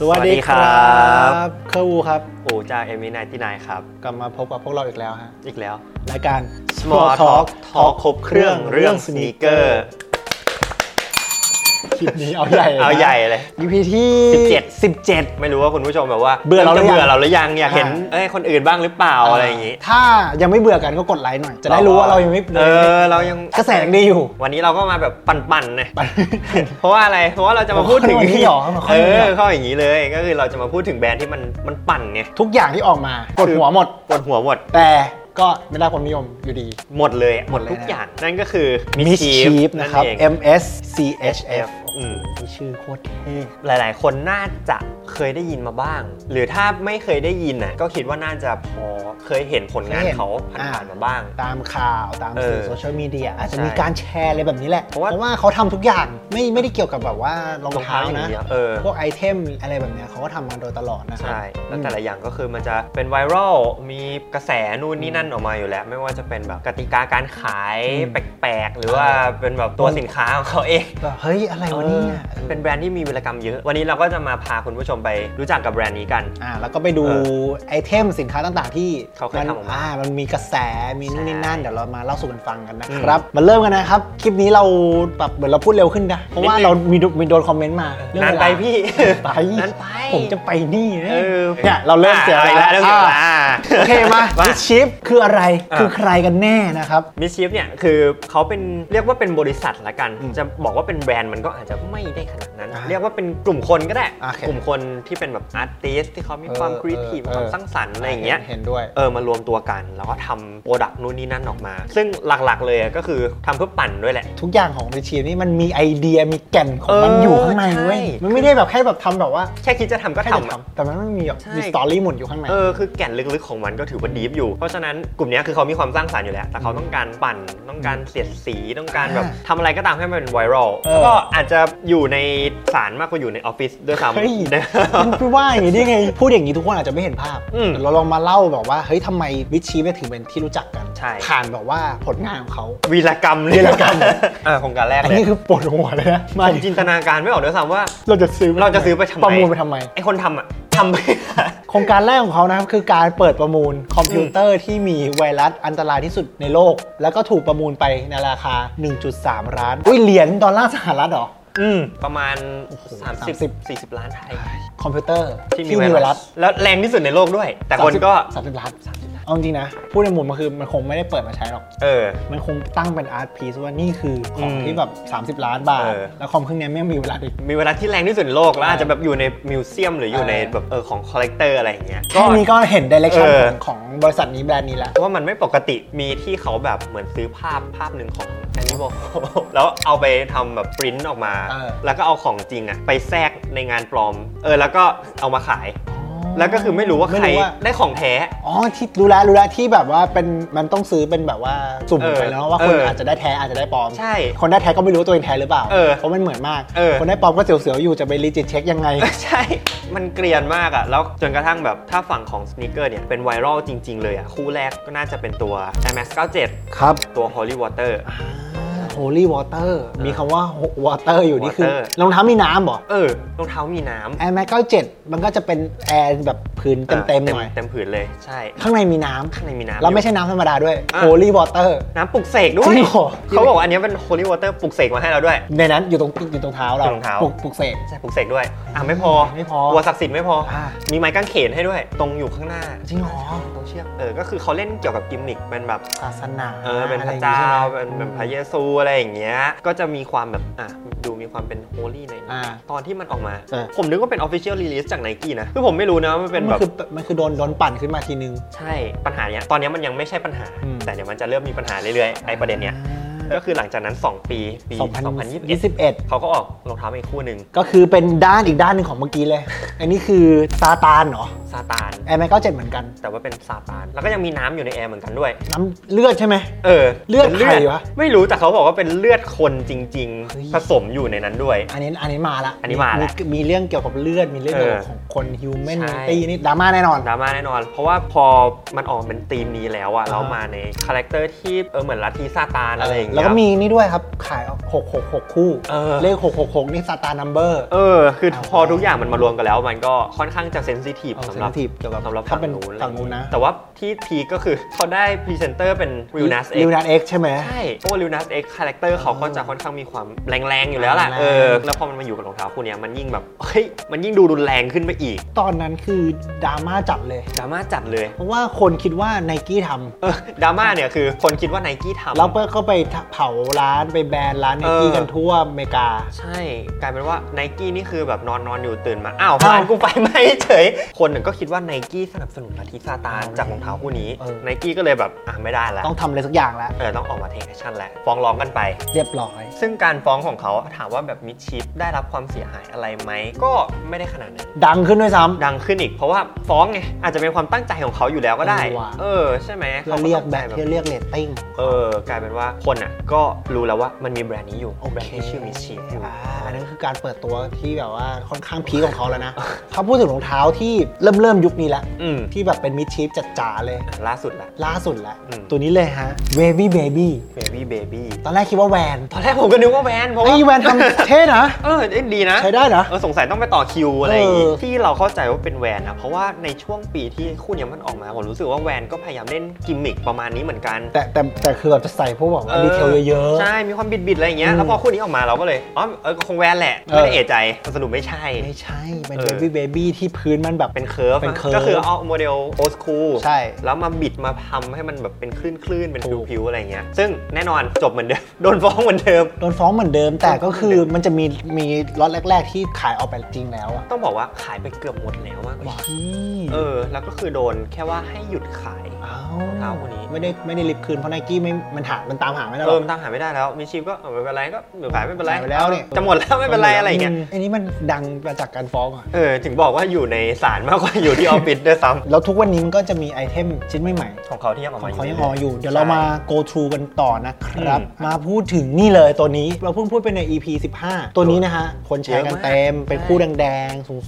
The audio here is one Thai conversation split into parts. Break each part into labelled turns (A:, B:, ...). A: สวัสดีครั
B: สวัสดีครับ
A: เคอร์วูครับ
B: อูจากเอมินายที่นายครับ
A: กลับมาพบกับพวกเราอีกแล้วฮะ
B: อีกแล้ว
A: รายการ
B: Small Talk Talk ครบเครื่องเรื่องสนีกเกอร์
A: คลิปนี้เอาใหญ่
B: เอาใหญ่เลย
A: ยีพีที่
B: 17 17 ไม่รู้ว่าคุณผู้ชมแบบว่า
A: เบื่อเราหรือยัง
B: จะเบื่อเราหรือยังอยากเห็น
A: อ่า
B: เอ้ยคนอื่นบ้างหรือเปล่าอะไรอย่าง
A: นี้
B: นี้
A: ถ้ายังไม่เบื่อกันก็กดไลค์หน่อย จะได้รู้ว่าเรายังไม่
B: เออเรายัง
A: กระแสยังดีอยู่
B: วันนี้เราก็มาแบบปั่นๆเลยเพราะว่าอะไรเพราะว่าเราจะมาพูดถึง
A: ข้ออย่างนี้หรอข้อ
B: เอ
A: อย่างนี้หรอ
B: อข้ออย่างนี้เลยก็คือเราจะมาพูดถึงแบรนด์ที่มันมันปั่นไง
A: ทุกอย่างที่ออกมากดหัวหมด
B: ปวดหัวหมด
A: แต่ก็ไม่ได้ความนิยมอยู่ดี
B: หมดเลยอะ
A: ห
B: ห
A: ม
B: ม
A: ด
B: ด
A: เลย
B: ทุก
A: นะ
B: อย่างนั่นก็คือ
A: มิชีฟ
B: Mischief
A: นะครับ
B: เอง
A: M S C H F
B: อืม
A: นี่ชื่อโคตรเท่
B: หลาย ๆ คนน่าจะเคยได้ยินมาบ้าง หรือถ้าไม่เคยได้ยินน่ะก็คิดว่าน่าจะพอเคยเห็นผลงานเขาผ่านๆมาบ้าง
A: ตามข่าวตามสื่อ
B: เออ
A: โซเชียลมีเดียอาจจะมี
B: ใช่
A: การแชร์อะไรแบบนี้แหละ เพ
B: เพ
A: ราะ
B: ราะว่า
A: ว่าเขาทำทุกอย่างไม่ไม่ได้เกี่ยวกับแบบว่ารอง
B: รอง
A: เท้า
B: เท้าอย่าง
A: นะ
B: เดียวเออ
A: พวกไอเทมอะไรแบบเนี้ยเขาก็ทำมาโดยตลอดนะครับ
B: ใช่แล้วแต่ละอย่างก็คือมันจะเป็นไวรัลมีกระแสนู่นนี่นั่นออกมาอยู่แล้ว ไม่ว่าจะเป็นแบบกติกาการขายแปลกๆ หรือว่าเป็นแบบตัวสินค้าของเขาเอง
A: แบบเฮ้ย อะไรวะเนี่ย
B: เออเป็นแบรนด์ที่มีวิรกรรมเยอะ วันนี้เราก็จะมาพาคุณผู้ชมไปรู้จักกับแบรนด์นี้กัน
A: อ่าแล้วก็ไปดู
B: เอ
A: ไอเทมสินค้าต่างๆ ที่
B: เขาเคย
A: มัน
B: ทำออกมา
A: อ่ามันมีกระแสมีนู่นนี่นั่น
B: ใช่
A: เดี๋ยวเรามาเล่าสู่กันฟังกันนะครับ มาเริ่มกันนะครับ คลิปนี้เราแบบเหมือนเราพูดเร็วขึ้นนะ เพราะว่า
B: นิดนึง
A: เรามีดูมีโดนคอมเมนต์มาเรื่อง
B: นาน
A: เวล
B: ไปพี่
A: ไป
B: นานไป
A: ผมจะไปนี่นะ
B: เออ
A: เนี่ยเราเริ่มเสีย
B: อ่ะ
A: เว
B: อีก
A: ลา
B: แล้วเริ่มเสียเวลา
A: อ่ะโอเคมามิชชิฟคืออะไรคือใครกันแน่นะครับ
B: มิสชีฟเนี่ยคือเขาเป็นเรียกว่าเป็นบริษัทละกัน
A: อืม
B: จะบอกว่าเป็นแบรนด์มันก็อาจจะไม่ได้ขนาดนั้น
A: อ่า
B: เรียกว่าเป็นกลุ่มคนก็ได้
A: โอเค
B: กลุ่มคนที่เป็นแบบอาร์ติสที่เขามี
A: เออ
B: ความครีเอทีฟ
A: เออ
B: ความสร้างสรรค์อะไรอย่างเงี้ย
A: เห็นด้วย
B: เออมารวมตัวกันแล้วก็ทำโปรดักต์นู่นนี่นั่นออกมา ซึ่งหลักๆเลยก็คือทำเพื่อปั่นด้วยแหละ
A: ทุกอย่างของริชีนี่มันมีไอเดียมีแก่นของมัน
B: เออ
A: อยู่ข้างในเว้ย
B: ใช่
A: มันไม่ได้แบบแค่แบบทำแบบว่า
B: แค่คิดจะทำก็
A: แค่
B: ทำ
A: จะ
B: อะ
A: ทำแต่มันไม่มีแบบ
B: ใช่
A: มีสตอรี่หมุนอยู่ข้างใน
B: เออคือแก่นลึกๆของมันก็ถือว่าดีฟอยู่ เพราะฉะนั้นกลุ่มเนี้ยคือเขามีความสร้างสรรค์อยู่แล้ว แต่เขาต้องการปั่นต้องการเสียดสีต้องการแบบ
A: อ่า
B: ทำอะไรก็ตามให้มันเป็นไวรัล
A: เออ
B: แล้วก็อาจจะอยู่ในศาลมากกว่าอยู่ในออฟฟิศด้วยซ้ำ
A: เฮ้ย
B: นะ
A: มันพูดว่าอย่างนี้ได้ไง พูดอย่างนี้ทุกคนอาจจะไม่เห็นภาพ
B: อืม
A: แต่เราลองมาเล่าแบบว่าเฮ้ยทำไมวิชีเนี่ยถึงเป็นที่รู้จักกัน
B: ใช่
A: ผ่านแบบว่าผลงานของเขา
B: วีรกรรม
A: วีรกรรม
B: อ่าโครงการแรก
A: อัน
B: เลย
A: นี้คือปวดหัวเลยนะ
B: ผ
A: มาดิ
B: มจินตนาการไม่ออกด้วยซ้ำว่า
A: เราจะซื้อป
B: เราจะซื้อไปทำไม
A: ประมูลไปทำไม
B: ไอคนทำอ่ะทำไป
A: โครงการแรกของเขานะครับคือการเปิดประมูลคอมพิวเตอร์ที่มีไวรัสอันตรายที่สุดในโลก แล้วก็ถูกประมูลไปในราคา 1.3 ล้าน อุ้ยเหรียญดอลลาร์สหรัฐเหรอ
B: อืมประมาณ
A: 30
B: 30 40 ล้านไทย
A: คอมพิวเตอร์
B: ที่มีไวรัสแล้วแรงที่สุดในโลกด้วย แต่คนก็
A: 30 ล้าน เอาจริงๆนะ พูดในมุมมันคือมันคงไม่ได้เปิดมาใช้หรอก
B: เออ
A: มันคงตั้งเป็นอาร์ตพีซว่านี่คือของ
B: อืม
A: ที่แบบ 30 ล้านบาท
B: เออ
A: แล้วคอมเครื่องนี้ไม่งมีเวลาอีก
B: มีเวลาที่แรงที่สุดในโลกแล้วอาจจะแบบอยู่ในมิวเซียมหรืออยู่ใน
A: เออ
B: แบบเออของคอลเลกเตอร์อะไรอย่างเงี้ย
A: แค่นี้ก็เห็นดิเรกชัน
B: เออ
A: ของบริษัทนี้แบรนด์นี้แล้ว
B: เพราะว่ามันไม่ปกติมีที่เขาแบบเหมือนซื้อภาพภาพหนึ่งของ Animal แล้วเอาไปทำแบบปริ้นออกมา
A: เออ
B: แล้วก็เอาของจริงอะไปแทรกในงานปลอม เออ แล้วก็เอามาขาย แล้วก็คือไม่รู้ว่าใคร
A: ไม่รู้ว่า
B: ได้ของแท้
A: อ๋อที่รู้แล้วรู้แล้วที่แบบว่าเป็นมันต้องซื้อเป็นแบบว่าสุ่ม
B: เออ
A: ไปเนาะว่าคน
B: เอออ
A: อาจจะได้แท้อาจจะได้ปลอม
B: ใช่
A: คนได้แท้ก็ไม่รู้ว่าตัวเองแท้หรือเปล่า
B: เออ
A: ราะมันเหมือนมาก
B: เออ
A: คนได้ปลอมก็เสียวๆอยู่จะไปรีจิตเช็คยังไง
B: ใช่ มันเกลียนมากอะแล้วจนกระทั่งแบบถ้าฝั่งของสน e เกอร์เนี่ย เป็นไวรัลจริง ๆ เลยอะคู่แรกก็น่าจะเป็นตัว Air Max 97
A: ครับ
B: ตัว Holy Water
A: Holy Water มีคำว่า Water อยู่นี่คือ
B: Water
A: รองเท้ามีน้ำบ่
B: เออรองเท้ามีน้ำ
A: แอร์แม็ก97 มันก็จะเป็นแอร์แบบพื้นเต็มๆหน่อย
B: เต็มผืนเลยใช่
A: ข้างในมีน้
B: ข้างในมีน้ำ
A: ำแล้วไม่
B: อยู่
A: ใช่น้ำธรรมดาด้วย
B: อ่ะ
A: Holy Water
B: น้ำปลุกเสกด้
A: จ
B: ว
A: ริ
B: ย
A: งเหรอ
B: เขาบอกว่าอันเนี้ยเป็นโฮลี่วอเตอร์ปลุกเสกมาให้เราด้วย
A: ในนั้นอยู่ตรงอยู่ตรงเท้าเรา
B: อยู่ตรงเท้า
A: ปลุกปลุกเสก
B: ใช่ปลุกเสกด้วย อ่ะไม่พอ
A: ไม่พอก
B: ลัวศักดิ์สิทธิ์ไม่พออา มีไม้กางเขนให้ด้วย ตรงอยู่ข้างหน้า
A: จริงเหรอ
B: ตรงเชือกเออก็คือเขาเล่นเกี่ยวกับกิมมิคเป็นแบบ
A: ศาสนา
B: เออเป็นพระ
A: ไอย่งงี้
B: เจ้า
A: ใช่ไหม
B: เป็นเป็นพระเยซูอะไรอย่างเงี้ยก็จะมีความแบบอ่ะดูมีความเป็นโฮลี่หน่อย
A: อ่า
B: ตอนที่มันออกมา
A: เออ
B: ผมนึกว่าเป็นออฟฟิเชียลรีลิสจากไนกี้นะคือผมไม่รู้นะว่ามันเป็น
A: มัน
B: แบบ
A: คือมันคือโดนโดนปั่นขึ้นมาทีนึง
B: ใช่ปัญหาเนี้ยตอนเนี้ยมันยังไม่ใช่ปัญหา
A: อืม
B: แต่เดี๋ยวมันจะเริ่มมีปัญหาเรื่อยๆไอ้ประเด็นเนี้ยก็คือหลังจากนั้น 2 ปีปี2021
A: 2021
B: เขาก็ออกรองเท้ามาอีกคู่หนึ่ง
A: ก็คือเป็นด้านอีกด้านหนึ่งของเมื่อกี้เลย อันนี้คือซาตานเหรอ
B: ซาตาน
A: แอร์แม็กเก้าเจ็ดเหมือนกัน
B: แต่ว่าเป็นซาตาน แล้วก็ยังมีน้ำอยู่ในแอร์เหมือนกันด้วย
A: น้ำเลือดใช่ไหม
B: เออ
A: เลือด
B: ป็น
A: ใครวะ
B: ไม่รู้แต่เขาบอกว่าเป็นเลือดคนจริง
A: เฮ้ย
B: ๆ ผสมอยู่ในนั้นด้วย
A: อันนี้อันนี้มาละ
B: อันนี้มาละ
A: มีเรื่องเกี่ยวกับเลือด มีเรื่อง
B: เออ
A: เกี่ยวกับของคนฮิวแมน
B: ใช่
A: ตี้นี่ดราม่าแน่นอน
B: ดราม่าแน่นอน เพราะว่าพอมันออกเป็นธีมนี้แล้วอะ
A: อ่า
B: เรามาในคาแรคเตอร์ที่เออเหมือนลัทธิซาตานอะไรอย่าง
A: แล้
B: เงี้
A: แล้วก็มีนี่ด้วยครับ ขาย 666 คู่
B: เออ
A: ข666 นี่สตาร์นัมเบอร์
B: เออ คือพอทุกอย่างมันมารวมกันแล้ว มันก็ค่อนข้างจะเซนซิทีฟ
A: เอาเซน
B: สำหรับ
A: ซิทีฟเกี่ยวกับ
B: สำหรับ
A: ถ้า
B: ฝั่ง
A: เป็น
B: นู้น
A: ฝั่งนู้นนะ
B: แต่ว่าที่พีคก็คือเขาได้พรีเซนเตอร์เป็นวิวนัสเอ็ก
A: ลิวนัสเอ็กใช่ไหม
B: ใช่เพราะว่าลิวนัสเอ็กคาแรคเตอร์เขาก็จะค่อนข้างมีความแรงๆ อยู่แล้วล่ะ
A: แรงๆ
B: เออ แล้วพอมันมาอยู่กับรองเท้าคู่เนี้ยมันยิ่งแบบ เฮ้ย มันยิ่งดูรุนแรงขึ้นไปอีก
A: ตอนนั้นคือดราม่าจัดเลย
B: ดราม่าจัดเลย
A: เพราะว่าคนคิดว่าไนกี้ทำ
B: เออ ดราม่าเนี่ยคือคนคิดว่าไนกี้ทำ
A: แล้วก็ไปเผาร้านไปแบนร้านไน
B: เออ
A: กี้กันทั่วอเมริกา
B: ใช่ กลายเป็นว่าไนกี้นี่คือแบบนอนนอนอยู่ตื่นมา อ้าว
A: อ้าว
B: ร้านกูไฟไหม้เฉย คนหนึ่งก็คิดว่าไนกี้สนับสนุนลัทธิซาตานจากรองเท้าคู่นี้
A: เออ
B: ไนกี้ก็เลยแบบ อ่ะไม่ได้แล้ว
A: ต้องทำอะไรสักอย่างแล้ว
B: เออ ต้องออกมาเทคแอคชั่นแล้วฟ้องร้องกันไป
A: เรียบร้อย
B: ซึ่งการฟ้องของเขาถามว่าแบบมิดชิปได้รับความเสียหายอะไรไหม ก็ไม่ได้ขนาดนั้น
A: ดังขึ้นด้วยซ้ำ
B: ดังขึ้นอีกเพราะว่าฟ้องไงอาจจะเป็นความตั้งใจของเขาอยู่แล้วก็ได้
A: เออว่ะ
B: เออ ใช่ไหม
A: เพื่อเรียกแบ
B: ขา
A: บ
B: ตั้งใจ
A: เพื่อเรียกเรตติ้ง
B: เออกลายเป็นว่าคนอ่ะก็รู้แล้วว่ามันมีแบรนด์นี้อยู่
A: โอเค
B: แบรนด์ที่ชื่อมิชชีฟอยู่
A: อ่าอันนั้นคือการเปิดตัวที่แบบว่าค่อนข้างพีคของเขา แล้วนะ เขาพูดถึงรองเท้าที่เริ่มเริ่มยุคนี้ละ
B: อืม
A: ที่แบบเป็นมิดชิปจ๋าๆเลย
B: อ่ะล่าสุดละ
A: ล่าสุดละ
B: อืม
A: ตัวนี้เลยฮะ Wavy Baby
B: เบบี้เบบี้
A: ตอนแรกคิดว่าแวน
B: ตอนแรกผมก็นึกว่าแบรนด์เพราะ
A: ไอ้
B: ว่า
A: ยแวนทำ เท่นะ
B: เออเอ้ยดีนะ
A: ใช้ได้นะ
B: เออสงสัยต้องไปต่อคิวอะไรอย่างงี้
A: เออ
B: ที่เราเข้าใจว่าเป็นแวนนะเพราะว่าในช่วงปีที่คู่เนี้ยมันออกมาผมรู้สึกว่าแวนก็พยายามเล่นกิมมิคประมาณนี้เหมือนกัน
A: แต่แต่แต่คือแบบจะใส่พวกแบบว่า
B: ออ
A: ดีเทลเยอะ
B: ใช่ มีความบิด ๆ อะไรอย่างเงี้
A: อืม
B: ยแล้วพอคู่นี้ออกมาเราก็เลย อ๋อ เออก็คงแวนแหละ
A: เออ
B: ไม่ได้เอะใจแต่สรุปไม่ใช่
A: ๆ ไม่ใช่เป็น
B: เออ
A: Wavy Baby ที่พื้นมันแบบ
B: เป็นเคิร์ฟ
A: เป็น
B: อะ
A: curve
B: ก็คือเอาโมเดลโอสคูล
A: ใช่
B: แล้วมาบิดมาทำให้มันแบบเป็นคลื่น ๆ เป็น
A: ถูก
B: ผิว ๆ อะไรเงี้ย ซึ่งแน่นอนจบเหมือนเดิ ม โดนฟ้องเหมือนเดิม
A: โดนฟ้องเหมือนเดิม แต่ก็คือมันจะมีมีล็อตแรก ๆ ที่ขายออกไปจริงแล้วอะ
B: ต้องบอกว่าขายไปเกือบหมดแล้วอะ
A: ว้าย
B: เออ แล้วก็คือโดนแค่ว่าให้หยุดขาย
A: อ้าว
B: รองเท้าคู่นี้
A: ไม่ได้ไม่ได้รีบคืนเพราะไนกี้ไม่มันหามันตามหาไม่ได้หร
B: เอ
A: อ
B: อก มันตามหาไม่ได้แล้ว มีชีพก็เออไม่เป็นไรก็หยุดขายไม่เป็นไร
A: ขายไปแล้วนี่
B: จะหมดแล้วไม่เป็นไรอะไรเงี้ย
A: มอันนี้มันดังมาจากการฟ้องอะ
B: เออ ถึงบอกว่าอยู่ในศาลมากกว่าอยู่ที่ ออฟฟิศด้วยซ้
A: แล้วทุกวันนี้มันก็จะมีไอเทมชิ้นใหม่
B: ำของเขาที่ยังอ
A: ๆ
B: อก
A: ขอ
B: มาง อยู่
A: เขายังร
B: รื่
A: อ
B: ๆ
A: อยู่ เดี๋ยวเรามา go through กันต่อนะครับ
B: อืม
A: มาพูดถึงนี่เลยตัวนี้ เราเพิ่งพูดไปใน EP 15 ตัวนี้นะฮะ คนแชร์กันเต็ม เป็นคู่
B: ใช่
A: แดงๆ สูง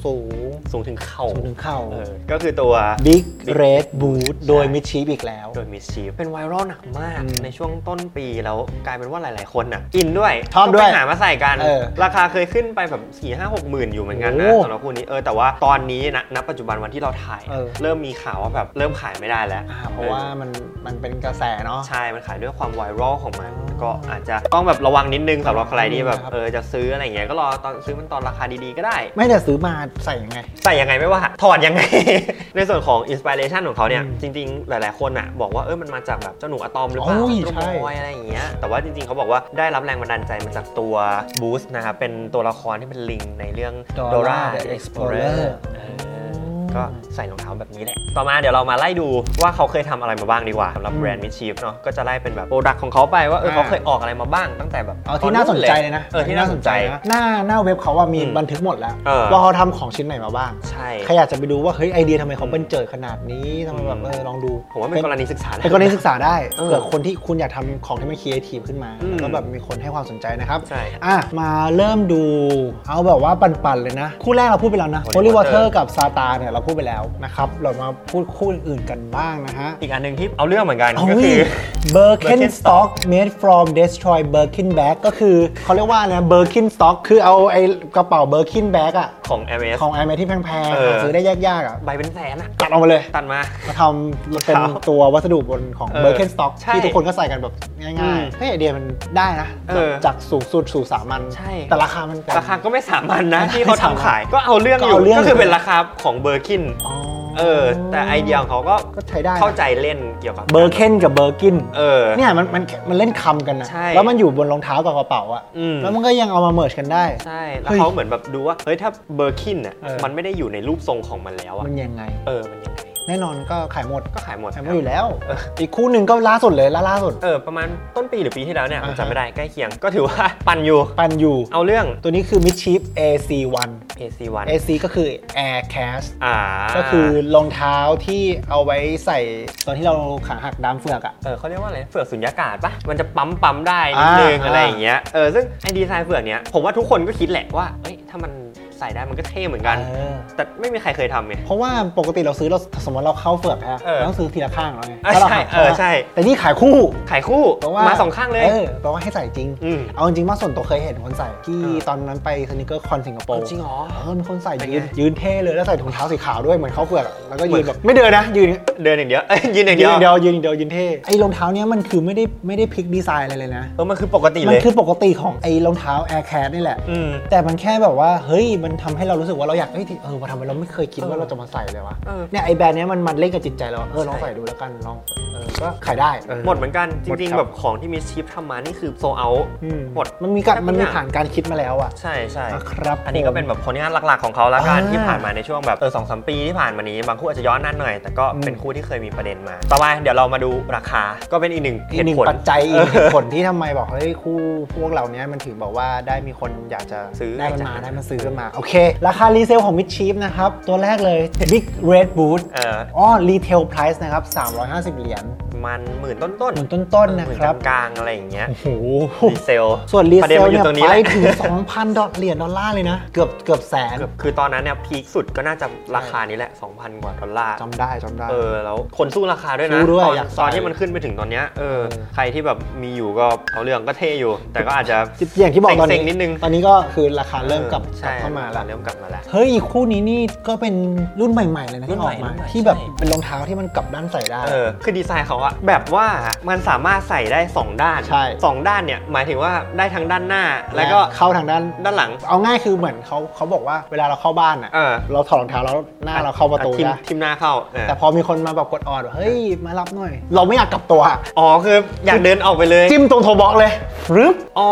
B: สูงถึงเข่า
A: ๆสูงถึงเข่า
B: เออก็คือตัว
A: Big Red Boot โดยมิชีบอีกแล้ว
B: โดยมิสชีฟเป็นไวรัลหนักมาก
A: อืม
B: ในช่วงต้นปีแล้วกลายเป็นว่าหลาย ๆ คนน่ะ อินด้วย
A: ชอบด้วย
B: ก็ไปหามาใส่กัน
A: เออ
B: ราคาเคยขึ้นไปแบบ4ี่ห้าหกหมื่นอยู่เหมือนกันนะ
A: โอ้
B: สำหรับคู่นี้เออแต่ว่าตอนนี้นะณปัจจุบันวันที่เราถ่าย
A: เออ
B: เริ่มมีข่าวว่าแบบเริ่มขายไม่ได้แล้ว
A: อ่าเพราะว่า
B: ออ
A: มันมันเป็นกระแสเนาะ
B: ใช่มันขายด้วยความไวรัลของมัน ก็อาจจะต้องแบบระวังนิดนึงสำหรับใครที่แบบ
A: ครับ
B: เออจะซื้ออะไรอย่างเงี้ยก็รอตอนซื้อมันตอนราคาดี ๆ ก็ได้
A: ไม่แต่ซื้อมาใส่ยังไง
B: ใส่ยังไงไม่ว่าถอดยังไง ในส่วนของอินสปิเรชันของเขาเนี่ย
A: อืม
B: จริงๆ หลายๆ คนอ่ะบอกว่าเออมันมาจากแบบเจ้าหนูอะตอมหรือเปล่า
A: โอ้ย
B: ลูก
A: ใช่
B: บอยอะไรอย่างเงี้ยแต่ว่าจริงๆ เขาบอกว่าได้รับแรงบันดาลใจมาจากตัวบูสนะครับเป็นตัวละครที่เป็นลิงในเรื่อง Dora the Explorer เออก็ใส่รองเท้าแบบนี้แหละ ต่อมาเดี๋ยวเรามาไล่ดูว่าเขาเคยทำอะไรมาบ้างดีกว่าสำหรับแบรนด์มิชีฟเนาะก็จะไล่เป็นแบบโปรดักของเขาไปว่าเออเขาเคยออกอะไรมาบ้างตั้งแต่แบบ
A: เอาที่น่าสนใจเลยนะ
B: เออที่น่าสนใจ
A: ะหน้าหน้าเว็บเขาว่ามี
B: อืม
A: บันทึกหมดแล้ว
B: เออ
A: ว่าเขาทำของชิ้นไหนมาบ้าง
B: ใช่
A: ใครอยากจะไปดูว่าเฮ้ยไอเดียทำไมเขาเป็นเจิดขนาดนี้ทำไมแบบ
B: อืม
A: เออลองดู
B: ผมว่าเป็นกรณีศึกษาะ
A: เป็นกรณีศึกษาได้
B: เออ
A: เผื่อคนที่คุณอยากทำของที่มันครีเอทีฟขึ้นมา
B: อืม
A: แล้วก็แบบมีคนให้ความสนใจนะครับ
B: ใช่
A: อ่ะ มาเริ่มดูเอาแบบว่าปันๆเลยนะ คู่แรกเราพูดไปแล้วนะ
B: Holy
A: Holy
B: Water
A: Water กับซาตาเนี่ยเราพูดไปแล้วนะครับ เรามาพูดคู่อื่นๆกันบ้างนะฮะ
B: อีกอันหนึ่งที่เอาเรื่องเหมือนกัน
A: เฮ้
B: ก็
A: ย
B: คือ
A: Birkenstock made from destroyed Birkin bag ก็คือเขาเรียกว่านะ Birkenstock คือเอาไอ้กระเป๋า Birkin bag อะ
B: ของ m s
A: ของไอแมที่แพง
B: เอ
A: ๆ
B: อ
A: หาซื้อได้ยากๆอะ
B: ใบเป็นแสนอะ
A: ตัดออกมาเลย
B: ตัดมา
A: มาทำเป็นตัววัสดุบนของ
B: เออ
A: Birkenstock
B: ใช่
A: ที่ทุกคนก็ใส่กันแบบ
B: อื
A: ง่าย
B: ม
A: ๆเฮ้ยไอเดียมันได้นะ
B: เออ
A: จากสูงสุดสู่สามัญ
B: ใช่
A: แต่ราคามัน
B: ราคาก็ไม่สามัญนะ
A: ไม่
B: ที่เขา
A: สามัญ
B: ทำขาย ก็เอาเรื่องอ
A: ก็
B: ยู่
A: เอาเรื่อง
B: ก็คือเป็นราคาของเบอร์คิน
A: อ๋อ
B: เออ แต่ไอเดียของเขาก็
A: ก็ใช้ได้นะ
B: เข้าใจเล่นเกี่ยวกับ
A: เบอร์เคนกับเบอร์กิน
B: เออ
A: เนี่ยมันมันมันเล่นคำกันนะ
B: ใช่
A: แล้วมันอยู่บนรองเท้ากับกระเป๋าอะ
B: อืม
A: แล้วมันก็ยังเอามาเมิร์ชกันได้
B: ใช่ แล้วเขาเหมือนแบบดูว่า เฮ้ย ถ้าเบอร์คินอ่ะ
A: เออ
B: มันไม่ได้อยู่ในรูปทรงของมันแล้วอะ
A: มันยังไง
B: เออ มันยังไง
A: แน่นอนก็ขายหมด
B: ก็ขายหมด
A: ขายหม
B: ค
A: ด
B: รับ
A: อยู่แล้ว
B: เออ
A: อีกคู่หนึ่งก็ล่าสุดเลยล่าล่าสุด
B: เออ ประมาณต้นปีหรือปีที่แล้วเนี่ยผม
A: อ่าฮะ
B: จำไม่ได้ใกล้เคียง ก็ถือว่า ปันอยู่
A: ปันอยู่
B: เอาเรื่อง
A: ตัวนี้คือมิดชีฟ AC1
B: AC1
A: AC ก็คือ Air Cast
B: อ่า
A: ก็คือรองเท้าที่เอาไว้ใส่ตอนที่เราขาหักดามเฟือกอะ
B: เออเขาเรียกว่าอะไร เฟือกสุญญากาศปะมันจะปั๊มปั๊มๆได้นิดนึง
A: อ่า
B: อะไรอย่างเงี้ย เออ ซึ่งไอดีไซน์เฟือกเนี้ย ผมว่าทุกคนก็คิดแหละว่า เอ้ย ถ้ามัน ใส่ได้มันก็เท่เหมือนกัน
A: เออ
B: แต่ไม่มีใครเคยทำไง
A: เพราะว่าปกติเราซื้อเราสมมติเราเข้าเฟือกฮะ
B: เออ
A: เราต้องซื้อทีละข้างเราไง
B: เออ
A: ถ้าราหั
B: ใช่
A: ก
B: เออใช่
A: แต่นี่ขายคู่
B: ขายคู่
A: แปลว่า
B: มา
A: มา
B: สองข้างเลย
A: เออแปลว่าให้ใส่จริง
B: อืม
A: เอาจริงๆว่าส่วนตัวเคยเห็นคนใส่ที่
B: เออ
A: ตอนนั้นไปสนิเกอร์คอนสิงคโป
B: โอ้
A: ร์
B: จริงเหรอ
A: เออมีคนใส่
B: เป็น
A: ยื
B: ไง
A: นยืนเท่เลยแล้วใส่ถุงเท้าสีขาวด้วยเหมือนเขาเฟือกอะแล้วก็
B: เหมื
A: ยื
B: อน
A: นแบบไม่เดินนะยืนอย่างเงี้ย
B: เดินอย่างเดียวเอ้ยยืนอย่าง
A: ยื
B: เดี
A: น
B: ย
A: อ
B: ว
A: ย่างเดียวยืนอย่างเดียวยืนเท่ไอ้รองเท้าเนี้ยมันคือไม่ได้ไม่ได้พลิกดีไซน์อะไรเลยนะ
B: เออมันคือปกติ
A: มั
B: เลย
A: คือปกติของไอ้รองเท้า Air Cat นี่แหละ
B: อืม
A: แต่มันแค่แบบว่าเฮ้ยมันทำให้เรารู้สึกว่าเราอยากเอ้ยที่เออว่าทำไมเราไม่เคยคิดว่า
B: เออ
A: เราจะมาใส่เลยวะ
B: เออ
A: เนี่ยไอ้แบรนด์เนี้ยมันมันเล่นกับจิตใจเราอะเออลอง
B: ใช่
A: ใส่ดูแล้วกันลองเออก็ขายได้
B: เออหมดเหมือนกันจ
A: หมด
B: ริง
A: ครั
B: ๆ
A: บ
B: แบบของที่มีชิปทำมานี่คือโซเอา
A: อืม
B: หมด
A: มันมีการ
B: แค่ทุก
A: มันมี
B: อย่าง
A: ผ่านการคิดมาแล้วอะ
B: ใช่ใช่
A: อ่ะครับ
B: อันนี้
A: ผม
B: ก็เป็นแบบผลงานหลักๆของเขาละกัน
A: อ่า
B: ที่ผ่านมาในช่วงแบบเออสองสามปีที่ผ่านมานี้ บางคู่อาจจะย้อนนานหน่อย แต่ก็
A: อืม
B: เป็นคู่ที่เคยมีประเด็นมา ต่อไปเดี๋ยวเรามาดูราคาก็เป็นอีกหนึ่ง
A: อีกห
B: เหตุ
A: นึ่ง
B: ผล
A: ปัจจัยอี
B: เอก อ
A: เหตุผลที่ทำไมบอกเฮ้ยคู่พวกเราเนี้ยมันถึงบอกว่าได้มีคนอยากจะ
B: ซื้อ
A: ได้มันมา
B: อยากจะ
A: ได้มันซื้อกันมา โอเค ราคารีเซลของมิดชีฟนะครับ ตัวแรกเลย Big Red Boot
B: เออ
A: อ๋อรีเทลไพรซ์นะครับ 350 เหรียญ
B: ประมันหมื่นต้น
A: เหมือนต้น
B: ๆ
A: ๆนะครับ
B: หมื่กลางๆอะไรอย่างเงี้ย
A: โอ้โห
B: ดีเซล
A: ส่วนรี
B: ประ
A: เซ
B: เด็น
A: ล
B: มันอ
A: เนี่ย
B: ยู่ตรงนี้
A: ไป
B: แหละ
A: ถึง 2,000ดอลเหรียญดอลลาร์เลยนะ เกือบเกือบแสน
B: คือตอนนั้นเนี่ยพีคสุดก็น่าจะราคานี้แหละ 2,000 กว่าดอลลาร์
A: จำได้จำได้
B: เออแล้วคนสู้ราคาด้วยนะ
A: สู้ด้วย
B: ตอน
A: อยากใส่
B: ตอนที่มันขึ้นไปถึงตอนเนี้ยเออ
A: เออ
B: ใครที่แบบมีอยู่ก็เอาเรื่องก็เท่อยู่ แต่ก็อาจจะ
A: อย่างที่บอกตอน
B: เซ็
A: นี้
B: งๆนิดนึง
A: ตอนนี้ก็คือราคาเริ่มกลับกลั
B: ใช่
A: บเข้ามาละ
B: เริ่มกลับมาแล้ว
A: เฮ้ยอีกคู่นี้นี่ก็เป็นรุ่นใหม่ ๆ เลยนะที่ออก
B: รุ่
A: มาน
B: ใหม่
A: ที่แบบ
B: ใช่
A: เป็นรองเท้าที่มันกลับด้านใส่ได้
B: เออคือดีไซน์เขาอะแบบว่ามันสามารถใส่ได้ 2 ด้าน
A: ใช่
B: สองด้านเนี่ย หมายถึงว่าได้ทั้งด้านหน้า แล้วก็
A: เข้าทางด้าน
B: ด้านหลัง
A: เอาง่ายคือเหมือนเขาเขาบอกว่าเวลาเราเข้าบ้านอ่ะ
B: เออ
A: เราถอดรองเท้าแล้วหน้าเราเข้าประตู
B: อ่ทิม
A: นะ
B: ทิมหน้าเข้าเออ
A: แต่พอมีคนมาแบบกดออดว่าเฮ้ยมารับหน่อย เราไม่อยากกลับตัวอะ
B: อ๋อคืออยากเดินออกไปเลย
A: จิ้มตรงโทรบล็อกเลยฟรึบ
B: อ๋อ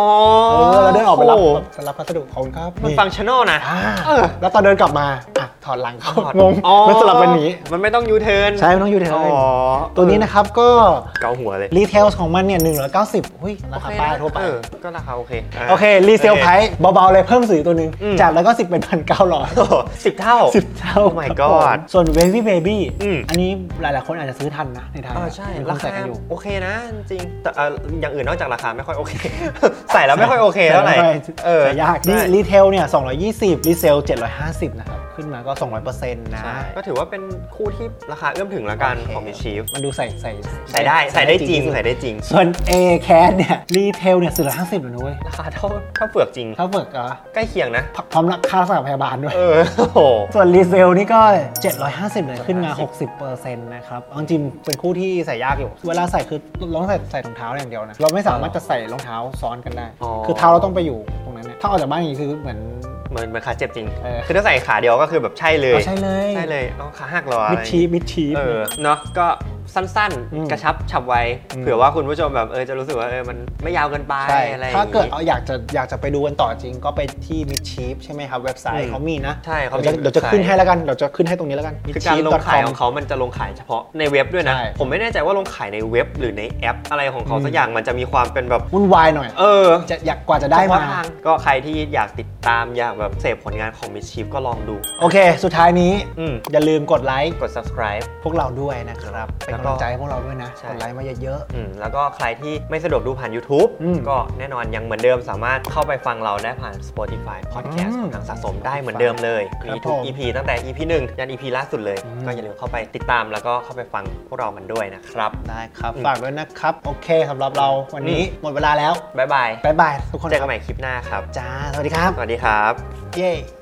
A: เออแล้วเดินออกไปรับ
B: โโห
A: แบบรับพัสดุของครับ
B: มัน
A: นี่
B: ฟังชั่นอลนะ
A: อ่า
B: เออ
A: แล้วตอนเดินกลับมาอ่ะถอดหลังเขางง
B: อ๋อ
A: มันสลับกันหนี
B: มันไม่ต้องยูเทิร์น
A: ใช่ไม่ต้องอยู่เท
B: อ๋อ
A: ตัวนี้นะครับก็
B: เกาหัวเลย
A: รีเทลของมันเนี่ย190หุ้ยราคาป้ายทั่วไป
B: เออก็ราคาโอเคะ
A: โอเค รีเซลไพรส์เบา ๆ เลยเพิ่มสีตัวหนึ่ง
B: อืม
A: จากแล้วก็ 10 เป็นพันเก้าร้อย
B: โอ้โหสิบเท่า
A: สิบเท่า
B: Oh my god
A: ส่วน Wavy Baby
B: อืม
A: อันนี้หลาย ๆ คนอาจจะซื้อทันนะ ในไทย
B: เออใช่
A: มี
B: รา
A: คนใส่
B: คา
A: กันอยู่
B: โอเคนะจริงๆแต่เอ่ออย่างอื่นนอกจากราคาไม่ค่อยโอเค ใส่แล้วไม่ค่อยโอเคเท่าไหร่เออ
A: ใส่ยาก
B: ใช่
A: รีเทลเนี่ย 220 รีเซล 750 นะครับ ขึ้นมาก็ 200%นะ
B: ใช่ก็ถือว่าเป็นคู่ที่ราคาเอื้อมถึงละกัน
A: โอเค
B: ของมิชีฟ
A: มันดูใส่ใส่
B: ใส่ได้ใส่ได้จริงใส่ได้จริง
A: ส่วน A c a t เนี่ยรีเทลเนี่ย450เลยนะเว้ย
B: ราคาเท่าเท่าเปลือกจริง
A: ถ้าเบิกเหรอ่ะ
B: ใกล้เคียงนะ
A: พร้อมรักค่ารักษาพยาบาลด้วย
B: เออโอ้โห
A: ส่วนรีเซลนี่ก็ 750 เลยขึ้นมา
B: 750
A: 60%นะครับเอาจริงๆเป็นคู่ที่ใส่ยากอยู่ เวลาใส่คือเราต้องใส่ใส่รองเท้าอย่างเดียวนะ เราไม่สามารถจะใส่รองเท้าซ้อนกันได้
B: อ๋อ
A: คือเท้าเราต้องไปอยู่ตรงนั้นเนี่ยถ้าออกจากบ้านอย่างนี้คือเหมือน
B: เหมือนเหมือนขาเจ็บจริง
A: เออ
B: คือถ้าใส่ขาเดียวก็คือแบบใช่เลย
A: เอาใช่เลย
B: ใช่เลยเอาขาหักเหรออะไร
A: มิดชีพมิดชีพ
B: เออเนาะก็สั้น
A: อืม
B: ๆ กระชับฉับไว
A: อืม
B: เผื่อว่าคุณผู้ชมแบบเออจะรู้สึกว่าเออมันไม่ยาวเกินไป
A: ใช่
B: อะไรอย่ง
A: ถ้า
B: งี้
A: เกิดเอาอยากจะอยากจะไปดูกันต่อจริง ก็ไปที่มิดชีพใช่ไหมครับ เว็บไซ
B: อื
A: ต์
B: ม
A: เขามีนะ
B: ใช่เขา
A: เดี๋ยวจะ
B: มี
A: เดี๋ยวจะ
B: ไซต์
A: ขึ้นให้แล้วกันเดี๋ยวจะขึ้นให้ตรงนี้แล้วกัน
B: คือการลงขาย
A: midcheap.com
B: ของเขามันจะลงขายเฉพาะในเว็บด้วยนะ
A: ใช่
B: ผมไม่แน่ใจว่าลงขายในเว็บหรือในแอป อะไรของเขา
A: อืม
B: สักอย่างมันจะมีความเป็นแบบ
A: วุ่นวายหน่อย
B: เออ
A: จะอยากกว่าจะได้
B: เฉพะ
A: มา
B: ทงก็ใครที่อยากติดตามอยากแบบเสพผลงานของมิชชีฟก็ลองดู
A: โอเค สุดท้ายนี้
B: อืม
A: อย่าลืมกดไลค์
B: กด subscribe
A: พวกเราด้วยนะครับ เป็นกำลังใจให้พวกเราด้วยนะ
B: ใช่
A: กดไลค์มาเยอะ
B: อืมแล้วก็ใครที่ไม่สะดวกดูผ่าน YouTube
A: อืม
B: ก็แน่นอนยังเหมือนเดิมสามารถเข้าไปฟังเราได้ผ่าน Spotify Podcast
A: อืม
B: ของทางสะสมได้เหมือนเดิมเลย
A: ครับ
B: มีทุก
A: ผม
B: EP ตั้งแต่ EP 1 ยัน EP ล่าสุดเลย
A: อืม
B: ก็อย่าลืมเข้าไปติดตามแล้วก็เข้าไปฟังพวกเรากันด้วยนะครับ
A: ๆ ได้ครับ
B: อืม
A: ฝากด้วยนะครับ โอเคสำหรับเราวันนี้
B: อืม
A: หมดเวลาแล้ว
B: บ๊ายบาย
A: บ๊ายบาย ทุกคน
B: เจอ
A: ครั
B: กัน
A: บ
B: ใหม่คลิปหน้าครับ
A: จ้า สวัสดีครับ
B: สวัสดีครับ
A: เย้